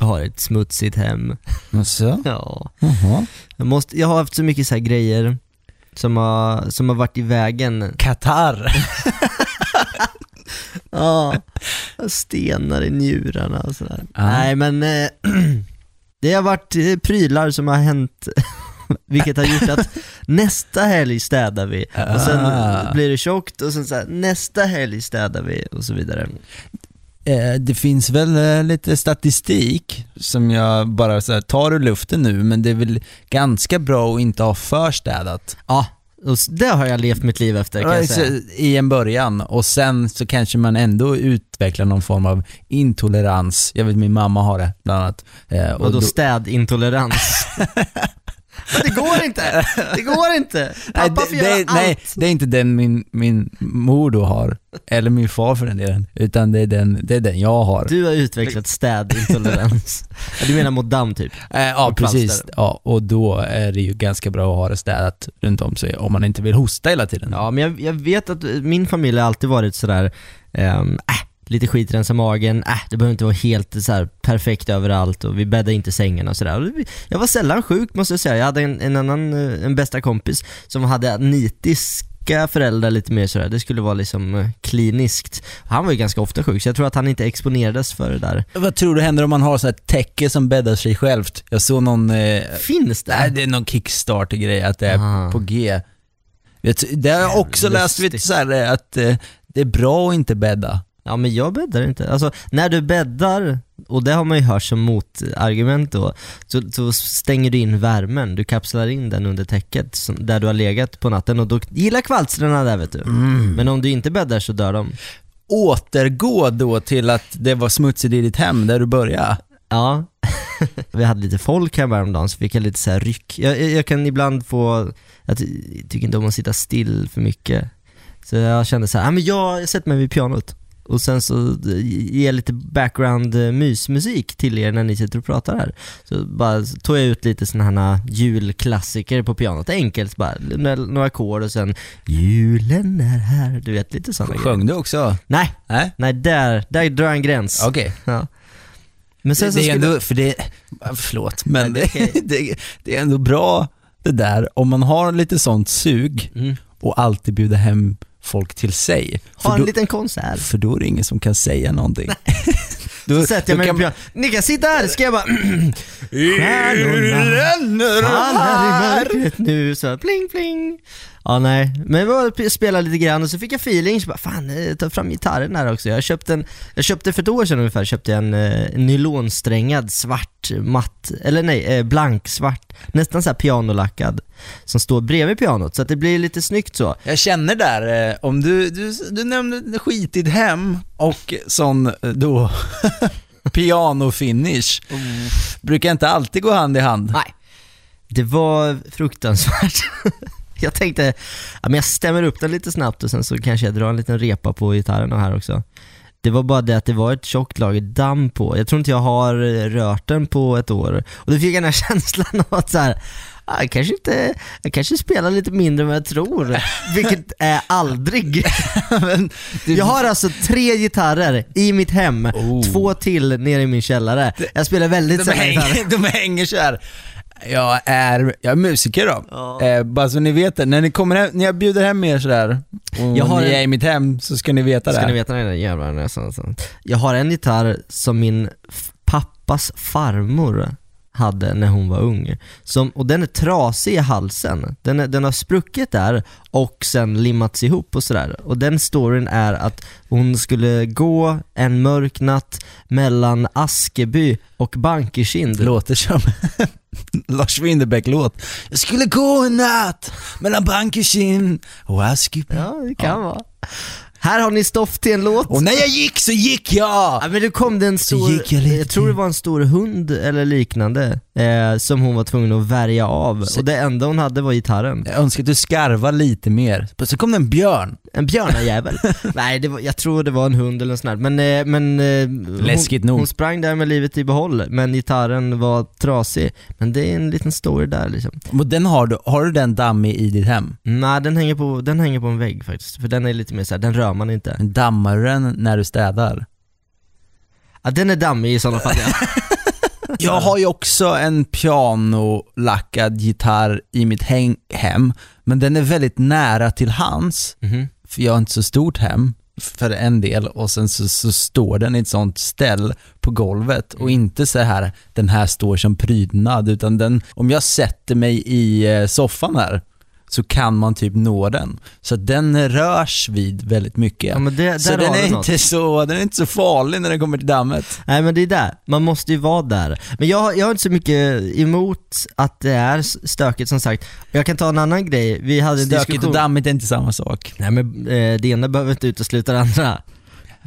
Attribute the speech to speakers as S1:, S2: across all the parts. S1: Jag har ett smutsigt hem.
S2: Alltså?
S1: Ja.
S2: Jaha.
S1: Jag, måste, jag har haft så mycket så här grejer som har, som har varit i vägen.
S2: Qatar.
S1: Ja, stenar i njurarna och sådär.
S2: Ja.
S1: Nej men, eh, det har varit eh, prylar som har hänt, vilket har gjort att nästa helg städar vi. Och sen
S2: Ah.
S1: blir det tjockt och sen så här, nästa helg städar vi och så vidare.
S2: Eh, Det finns väl eh, lite statistik som jag bara så här, tar ur luften nu, men det är väl ganska bra att inte ha förstädat.
S1: Ja, och s- det har jag levt mitt liv efter kan jag
S2: Alltså,
S1: säga.
S2: I en början och sen så kanske man ändå utvecklar någon form av intolerans. Jag vet min mamma har det bland annat. Eh,
S1: Och då städintolerans. Men det går inte! Det går inte!
S2: Nej,
S1: Pappa får
S2: det, det,
S1: göra
S2: är- nej,
S1: allt.
S2: det är inte den min, min mor då har, eller min far för den delen, utan det är den, det är den jag har.
S1: Du har utvecklat städintolerans. Ja, du menar mot damm typ?
S2: Eh, ja,
S1: och
S2: precis.
S1: plastare.
S2: Ja, och då är det ju ganska bra att ha det städat runt om sig om man inte vill hosta hela tiden.
S1: Ja, men jag, jag vet att min familj har alltid varit sådär, ehm, äh, lite skit i magen, äh, det behöver inte vara helt så här, perfekt överallt och vi bäddar inte sängarna och sådär. Och vi- Jag var sällan sjuk måste jag säga. Jag hade en, en annan, eh, en bästa kompis som hade nitiska föräldrar lite mer sådär, det skulle vara liksom eh, kliniskt. Han var ju ganska ofta sjuk så jag tror att han inte exponerades för det där.
S2: Vad tror du händer om man har så här täcke som bäddar sig självt? Jag såg någon, eh,
S1: Finns det? Ah.
S2: nej, det är någon kickstarter-grej att det är
S1: Aha.
S2: på G. Vet, du, det har jag också läst vet, du,
S1: Lustigt.
S2: så här, eh, att eh, det är bra att inte bädda.
S1: Ja men jag bäddar inte. Alltså när du bäddar, och det har man ju hört som motargument då, så, så stänger du in värmen, du kapslar in den under täcket som, där du har legat på natten och då gillar kvalstrarna där vet du. Men om du inte bäddar så dör de.
S2: Återgå då till att det var smutsigt i ditt hem där du började.
S1: Ja. vi hade lite folk här häromdagen så fick jag lite så här ryck. Jag, jag, jag kan ibland få, jag ty- tycker inte om att sitta still för mycket. Så jag kände så här, ah, men jag, jag sätter mig vid pianot. Och sen så ger jag lite background eh, mysmusik till er när ni sitter och pratar här. Så bara så tog jag ut lite sådana här julklassiker på pianot, enkelt bara, några- några ackord och sen Julen är här, du vet lite sådana grejer.
S2: Sjöng du också?
S1: Nej,
S2: Nej?
S1: nej där, där drar jag en gräns.
S2: Okej.
S1: Ja. Men
S2: det,
S1: sen så
S2: det är
S1: skulle-
S2: ändå, för det, ah, förlåt, men
S1: Nej, det är
S2: det, det, det är ändå bra det där om man har lite sånt sug
S1: Mm.
S2: och alltid bjuder hem folk till sig.
S1: Ha
S2: För
S1: en
S2: då,
S1: liten konsert.
S2: för då är det ingen som kan säga någonting. då,
S1: Sätter jag mig
S2: kan
S1: vid
S2: man-
S1: pianot. Ni kan sitta här, ska jag bara Stjärnorna faller i
S2: Stjärnorna
S1: mörkret nu så pling pling. Ja nej, men jag spelade lite grann och så fick jag feeling, så bara fan eh, ta fram gitarren här också. Jag köpte en, jag köpte för ett år sedan ungefär, köpte jag en eh, nylonsträngad svart matt, eller nej, eh, blank svart, nästan så här pianolackad, som står bredvid pianot så att det blir lite snyggt så.
S2: Jag känner där, eh, om du, du, du nämnde skitigt hem och sån eh, då piano-finish. Brukar inte alltid gå hand i hand.
S1: Nej. Det var fruktansvärt. jag tänkte, ja, men jag stämmer upp den lite snabbt och sen så kanske jag drar en liten repa på gitarren och här också. Det var bara det att det var ett tjockt lager damm på. Jag tror inte jag har eh, rört den på ett år. Och då fick jag den här känslan av att så här, "Ah, jag kanske, inte, jag kanske spelar lite mindre än vad jag tror. Vilket är aldrig.
S2: Men du-
S1: Jag har alltså tre gitarrer i mitt hem,
S2: Oh.
S1: två till nere i min källare. Jag spelar väldigt
S2: De
S1: sällan gitarr.
S2: hänger, de hänger så här. Jag är, jag är musiker då.
S1: Ja.
S2: Eh, bara så ni vet det. När, ni kommer hem, när jag bjuder hem er sådär och
S1: Jag har
S2: ni
S1: en-
S2: är i mitt hem så ska ni veta det.
S1: Ska ni veta när den jävla näsan så. Jag har en gitarr som min f- pappas farmor hade när hon var ung. Som, och den är trasig i halsen. Den, är, den har spruckit där och sen limmats ihop och sådär. Och den storyn är att hon skulle gå en mörk natt mellan Askeby och Bankerkind.
S2: Det låter som Lars Winnerbäck-låt. Jag skulle gå en natt mellan Bankerkind och Askeby.
S1: Ja, det kan vara. Här har ni stoff till en låt.
S2: Och när jag gick så gick jag!
S1: Ja men då kom det en stor,
S2: gick jag
S1: jag,
S2: lite
S1: tror det var en stor hund eller liknande, eh, som hon var tvungen att värja av.
S2: Så-
S1: Och det enda hon hade var gitarren.
S2: Jag önskar att du skarvar lite mer. Så kom det en björn.
S1: En björnajävel. Nej, det var, jag tror det var en hund eller något sånt där. Men, eh, men eh,
S2: Läskigt
S1: hon,
S2: nog.
S1: hon sprang där med livet i behåll, men gitarren var trasig. Men det är en liten story där liksom.
S2: Och den har du, har du den dammig i ditt hem?
S1: Nej, den hänger på, den hänger på en vägg faktiskt. För den är lite mer såhär, den rör man inte.
S2: Dammar du den när du städar?
S1: Ja, den är dammig i sådana fall ja.
S2: Jag har ju också en pianolackad gitarr i mitt häng- hem, men den är väldigt nära till hans.
S1: Mhm.
S2: För jag har inte så stort hem, för en del, och sen så, så står den i ett sånt ställ på golvet
S1: Mm.
S2: och inte så här, den här står som prydnad, utan den, om jag sätter mig i eh, soffan här, så kan man typ nå den. Så att den rörs vid väldigt mycket.
S1: Ja, men det, där
S2: så
S1: har
S2: den
S1: du
S2: är,
S1: något.
S2: inte så, den är inte så farlig när den kommer till dammet.
S1: Nej men det är där, man måste ju vara där. Men jag, jag har inte så mycket emot att det är s- stökigt som sagt. Jag kan ta en annan grej, vi hade en
S2: Stökigt
S1: diskussion.
S2: och dammigt är inte samma sak.
S1: Nej men eh, det ena behöver inte utesluta det andra.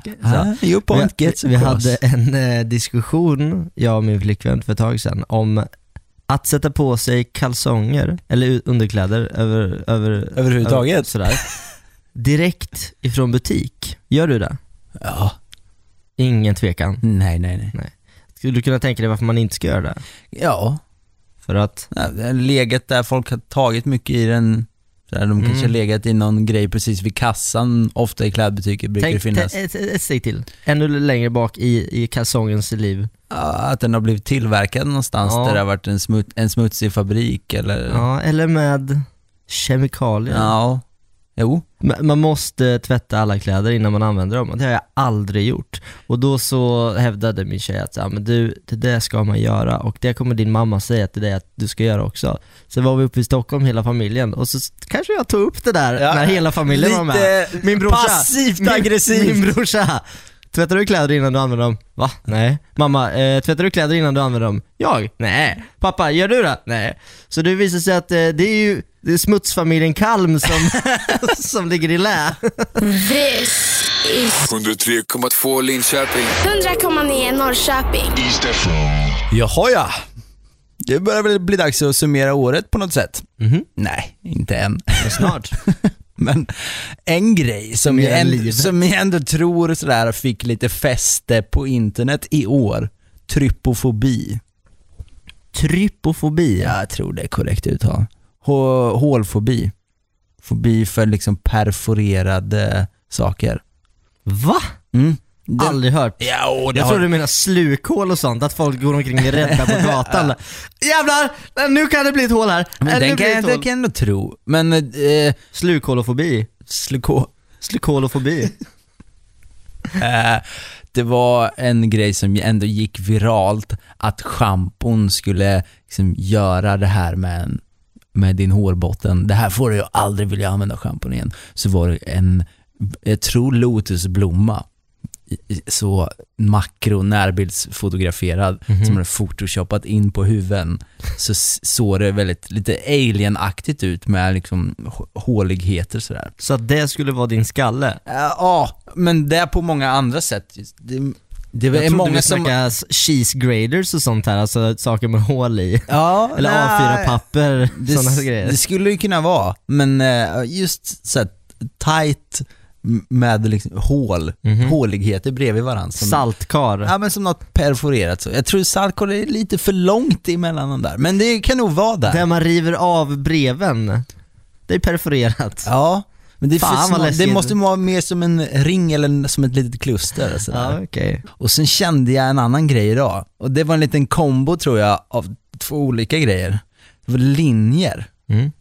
S1: Så.
S2: Ah, your point
S1: vi,
S2: gets
S1: vi
S2: across.
S1: hade en eh, diskussion, jag och min flickvän för ett tag sedan, om att sätta på sig kalsonger, eller u- underkläder över, över, över,
S2: Överhuvudtaget.
S1: sådär, direkt ifrån butik. Gör du det?
S2: Ja,
S1: Ingen tvekan.
S2: nej, nej, nej.
S1: Skulle du kunna tänka dig varför man inte ska göra det?
S2: Ja,
S1: För att,
S2: ja, det har legat där folk har tagit mycket i den. Så här, de
S1: Mm.
S2: kanske har legat i någon grej precis vid kassan, ofta i klädbutiker brukar det
S1: tänk
S2: finnas.
S1: tänk- ett, ett steg till. Ännu längre bak i, i kalsongens liv.
S2: Ja, att den har blivit tillverkad någonstans
S1: Ja.
S2: där det har varit en, smut, en smutsig fabrik eller...
S1: Ja, eller med kemikalier.
S2: ja. Jo.
S1: Ma- Man måste tvätta alla kläder innan man använder dem och det har jag aldrig gjort. Och då så hävdade min tjej att ja, men du, det där ska man göra och det kommer din mamma säga till dig att du ska göra också. Sen var vi uppe i Stockholm hela familjen och så s- kanske jag tog upp det där
S2: Ja,
S1: när hela familjen var med.
S2: Lite
S1: Min brorsa.
S2: passivt
S1: Min-
S2: aggressivt.
S1: Min brorsa. Tvättar du kläder innan du använder dem? Va? Nej. Mamma, eh, tvättar du kläder innan du använder dem? Jag? Nej. Pappa, gör du det? Nej. Så det visar sig att eh, det är ju det är smutsfamiljen Kalm som, som ligger i lä.
S3: This is
S4: 103,2 Linköping.
S3: 100,9 Norrköping.
S2: Jaha ja. Det börjar väl bli dags att summera året på något sätt.
S1: Mhm.
S2: Nej, inte än.
S1: Snart.
S2: Men en grej som
S1: Mer
S2: jag,
S1: än
S2: ändå,
S1: livet.
S2: som jag ändå tror sådär fick lite fäste på internet i år. Trypofobi.
S1: Trypofobi.
S2: Jag tror det är korrekt uttal. Hå- Hålfobi. Fobi för liksom perforerade saker.
S1: Va?
S2: Mm. Det-
S1: Aldrig hört.
S2: Ja, och det
S1: Jag
S2: har-
S1: tror du menar slukhål och sånt, att folk går omkring rädda på gatan. Jävlar! Nu kan det bli ett hål här.
S2: men
S1: Äh, nu
S2: den
S1: blir
S2: kan
S1: det
S2: jag,
S1: ett
S2: den
S1: hål.
S2: kan jag ändå tro. Men, eh,
S1: Slukhålofobi.
S2: slukå.
S1: Slukhålofobi.
S2: Eh, Det var en grej som ju ändå gick viralt, att schampon skulle liksom göra det här med, en, med din hårbotten. Det här får du ju aldrig vilja använda schampon igen. Så var det en, jag tror lotusblomma, i- i- så makro närbildsfotograferad, som hade photoshoppat in på huven. Så s- såg det väldigt, lite alienaktigt ut med liksom h- håligheter sådär.
S1: Så att det skulle vara din skalle?
S2: Eh, Ja, men det är på många andra sätt. Det, det
S1: Jag
S2: är
S1: trodde
S2: många
S1: vi
S2: som...
S1: snackade som... cheese graders och sånt här, alltså saker med hål i.
S2: Ja,
S1: Eller
S2: nej,
S1: A4-papper,
S2: det,
S1: sådana grejer.
S2: det skulle ju kunna vara, men eh, just så här, tight m- med liksom hål,
S1: Mhm.
S2: håligheter bredvid varandra. Som,
S1: Saltkar.
S2: Ja men som något perforerat så. Jag tror saltkol är lite för långt emellan de där, men det kan nog vara där.
S1: Där man river av breven. Det är perforerat.
S2: Ja, men det, är för
S1: Fan, vad
S2: små, det
S1: läskigt.
S2: måste vara mer som en ring eller en- som ett litet kluster. alltså. Sådär.
S1: Ja, okej.
S2: Och sen kände jag en annan grej idag. Och det var en liten kombo tror jag av två olika grejer. Det var linjer
S1: Mm.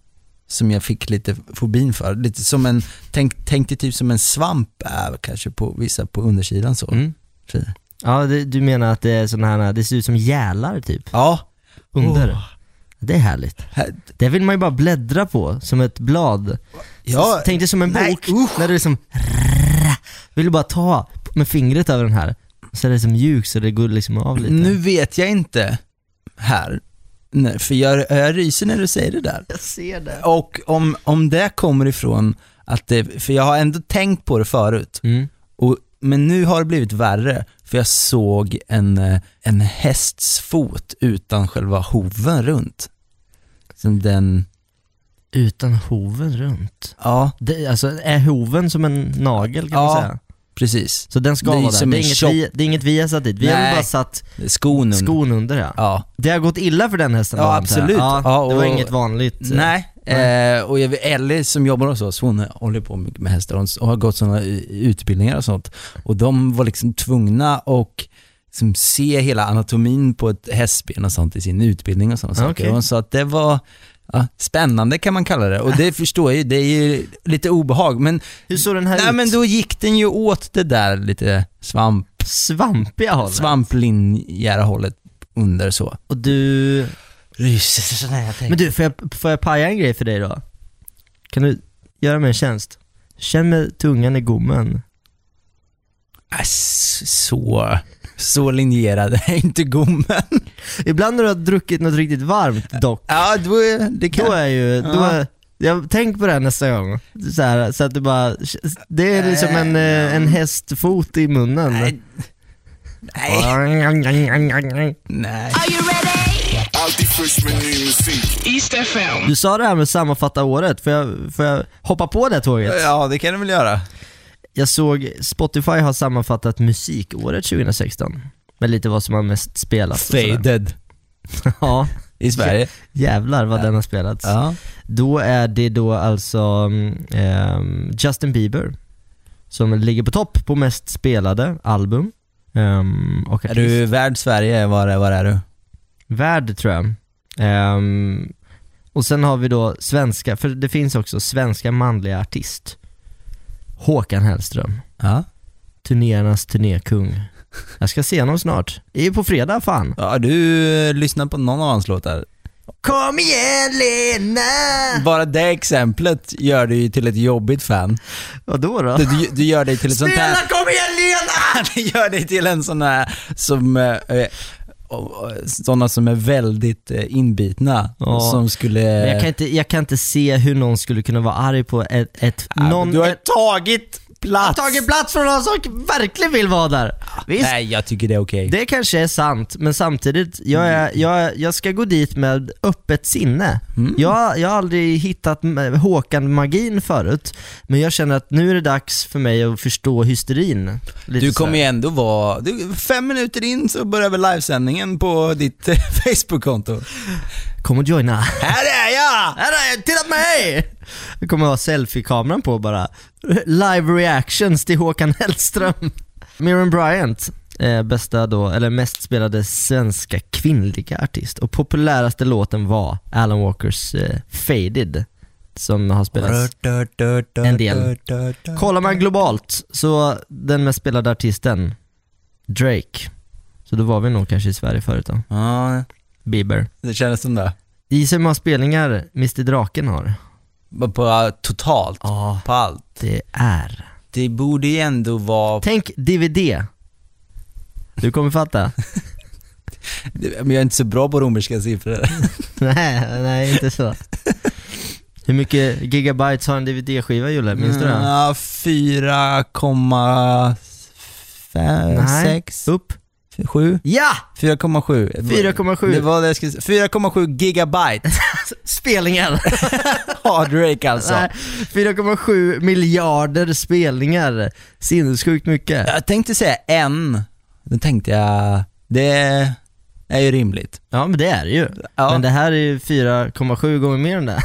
S2: som jag fick lite fobin för. Lite som en, tänk, tänk dig typ som en svamp är kanske på vissa på undersidan så.
S1: Mm.
S2: Så-
S1: Ja, det, du menar att det är sådana här, det ser ut som gälar typ,
S2: Ja,
S1: under.
S2: Oh.
S1: Det är härligt.
S2: här,
S1: Det vill man ju bara bläddra på, som ett blad.
S2: ja,
S1: Tänk dig som en
S2: Nej,
S1: bok, när du liksom vill du bara ta med fingret över den här. Så är det som mjuk så det går liksom av lite.
S2: nu vet jag inte här. Nej, för jag, jag ryser när du säger det där.
S1: Jag ser det.
S2: Och om, om det kommer ifrån att det, för jag har ändå tänkt på det förut.
S1: Mm.
S2: Och, men nu har det blivit värre, för jag såg en, eh, en hästs fot utan själva hoven runt. Som den,
S1: Utan hoven runt.
S2: ja
S1: Det, alltså, är hoven som en nagel kan
S2: Ja.
S1: man säga?
S2: precis.
S1: Så den ska
S2: Det är
S1: vara där?
S2: som
S1: Det är,
S2: en
S1: inget
S2: tjock-
S1: vi, det är inget vi har satt dit, vi har
S2: Nej.
S1: väl bara satt
S2: Skon under.
S1: skon under ja.
S2: Ja.
S1: Det har gått illa för den hästen
S2: Ja,
S1: då, antar jag.
S2: absolut.
S1: Ja,
S2: Ja,
S1: Det var
S2: och-
S1: inget vanligt. eh,
S2: Nej, eh, och jag, vet- Ellie som jobbar hos oss, hon håller på mycket med hästar hon s- och har gått sådana eh, utbildningar och sånt. Och de var liksom tvungna och liksom se hela anatomin på ett hästben och sånt i sin utbildning och sådana
S1: Ja,
S2: saker.
S1: okej.
S2: Hon sa att det var ja, spännande kan man kalla det. Och det förstår jag ju, det är ju lite obehag. Men,
S1: Hur såg den här
S2: nej,
S1: ut?
S2: men då gick den ju åt det där lite svamp,
S1: Svampiga hållet.
S2: svamplinjära hållet under så.
S1: Och du... Men
S2: Men du,
S1: du, får jag, får jag paja en grej för dig då? Kan du göra mig en tjänst? Känn med tungan i gommen.
S2: Ah, s- så, så linjerad är inte gommen.
S1: Ibland när du har druckit något riktigt varmt dock,
S2: Ja, då, det
S1: då är ju, då är, jag, tänk på det här nästa gång. Så, här, så att du bara, det är liksom en, eh, en hästfot i munnen.
S2: Nej. Nej. Nej.
S3: Are you ready?
S4: Alltid först med ny musik.
S5: East FM.
S1: Du sa det här med sammanfatta året, får jag, får jag hoppa på det tåget?
S2: Ja, det kan du väl göra.
S1: Jag såg Spotify har sammanfattat musikåret 2016 med lite vad som har mest spelats och sådär.
S2: Faded
S1: Ja,
S2: i Sverige.
S1: jävlar vad den har spelats.
S2: Ja.
S1: Då är det då alltså mm, ehm, Justin Bieber som ligger på topp på mest spelade album ehm, och
S2: Är
S1: artist.
S2: du värd Sverige? Var, är- var är du?
S1: Värd tror jag. Ehm, och sen har vi då svenska, för det finns också svenska manliga artist. Håkan Hellström,
S2: Ja.
S1: turnéernas turnékung. Jag ska se honom snart. Det är på fredag fan.
S2: ja, du lyssnar på någon av hans låtar.
S1: Kom igen Lena!
S2: Bara det exemplet gör dig ju till ett jobbigt fan.
S1: Vadå då?
S2: Du, du, du gör dig till ett sånt här...
S1: kom igen Lena!
S2: Det gör dig till en sån här som... eh, eh, och- och- Sådana som är väldigt eh, inbitna.
S1: Ja.
S2: Som skulle...
S1: Men jag, kan inte, jag kan inte se hur någon skulle kunna vara arg på ett... ett
S2: Ja,
S1: någon,
S2: du har
S1: ett,
S2: tagit plats!
S1: tagit plats från någon som verkligen vill vara där. Visst,
S2: Nej, jag tycker det är okej.
S1: det kanske är sant, men samtidigt, jag, är,
S2: Mm.
S1: jag, är- jag ska gå dit med öppet sinne. Jag, jag har aldrig hittat m- Håkan-magin förut, men jag känner att nu är det dags för mig att förstå hysterin. Lite
S2: Du kommer
S1: sådär.
S2: ju ändå vara... Du, fem minuter in så börjar väl livesändningen på ditt eh, Facebook-konto.
S1: Kom och joina.
S2: Här är jag!
S1: Här är jag, titta på mig! Jag kommer ha selfie-kameran på bara. Live reactions till Håkan Hellström. Miriam Bryant, eh, bästa då, eller mest spelade svenska kvinnliga artist. Och populäraste låten var Alan Walkers eh, Faded, som har spelats. En del. Kollar man globalt, så den mest spelade artisten, Drake. Så då var vi nog kanske i Sverige förut då.
S2: Ja,
S1: Bieber.
S2: det kändes som det.
S1: I sig många spelningar Mr Draken har.
S2: Bara På totalt,
S1: Ja,
S2: på allt.
S1: det är
S2: Det borde ju ändå vara...
S1: Tänk DVD. Du kommer fatta.
S2: Men jag är inte så bra på romerska siffror.
S1: nej, nej inte så. Hur mycket gigabytes har en DVD-skiva Julle? Minns du det?
S2: Mm, Ja, 4,5,
S1: Nej.
S2: 6,
S1: Upp.
S2: 7?
S1: Ja!
S2: 4,7.
S1: 4,7.
S2: Det var det jag skulle säga. 4,7 gigabyte
S1: Spelningar!
S2: har Drake alltså.
S1: Nej, 4,7 miljarder spelningar. Sinnessjukt mycket.
S2: Jag tänkte säga en, då tänkte jag, det är ju rimligt.
S1: Ja men det är det ju.
S2: Ja.
S1: Men det här är ju 4,7 gånger mer än det.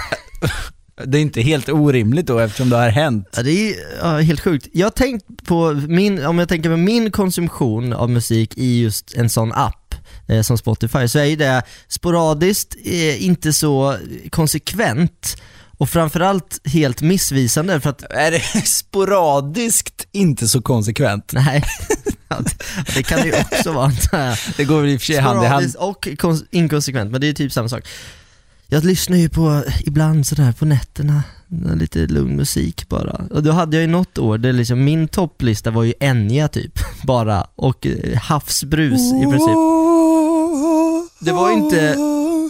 S2: Det är inte helt orimligt då eftersom det har hänt.
S1: Ja, det är ja, helt sjukt. Jag har tänkt på, min, om jag tänker på min konsumtion av musik i just en sån app eh, som Spotify, så är ju det sporadiskt, eh, inte så konsekvent och framförallt helt missvisande för att
S2: Är det sporadiskt inte så konsekvent?
S1: Nej, Ja, det- det kan det ju också vara. antar jag.
S2: Det går väl i och för sig hand i hand.
S1: Sporadiskt och kons- inkonsekvent, men det är ju typ samma sak. Jag lyssnar ju på, ibland sådär på nätterna, lite lugn musik bara. Och då hade jag ju något år där liksom min topplista var ju Enya typ, bara. Och eh, havsbrus i princip. Det var ju inte-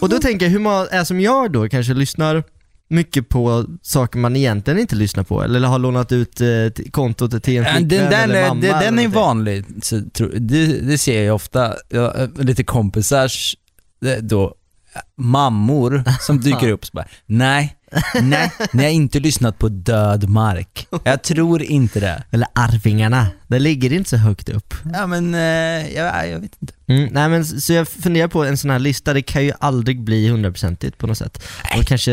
S1: Och då tänker jag, hur många är som jag då kanske lyssnar mycket på saker man egentligen inte lyssnar på? Eller har lånat ut eh, till- kontot till en
S2: Ja,
S1: flickvän
S2: Äh, Den, den,
S1: eller
S2: är-
S1: mamma
S2: den, den
S1: eller
S2: är
S1: någonting.
S2: vanlig, så, tror- det, det ser jag ofta. Jag, har lite kompisars eh, då, mammor som dyker upp så bara, nej, Nej, ni har inte lyssnat på Död mark. Jag tror inte det.
S1: Eller Arvingarna, det ligger inte så högt upp.
S2: Ja men, eh, jag, jag vet inte.
S1: Mm, nej men s- så jag funderar på en sån här lista, det kan ju aldrig bli hundraprocentigt på något sätt. Och kanske,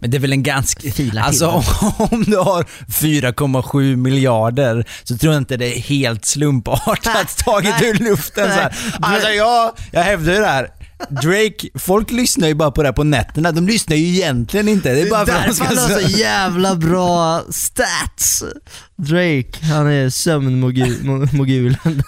S2: Men det är väl en ganska...
S1: Fila till.
S2: Alltså om, om du har 4,7 miljarder så tror jag inte det är helt slumpartat taget ur luften så här. Alltså jag, jag hävdar ju det här. Drake, folk lyssnar ju bara på det här på nätterna. De lyssnar ju egentligen inte. Det är bara för att de
S1: därför
S2: ska...
S1: han har så jävla bra stats! Drake, han är sömnmogulen.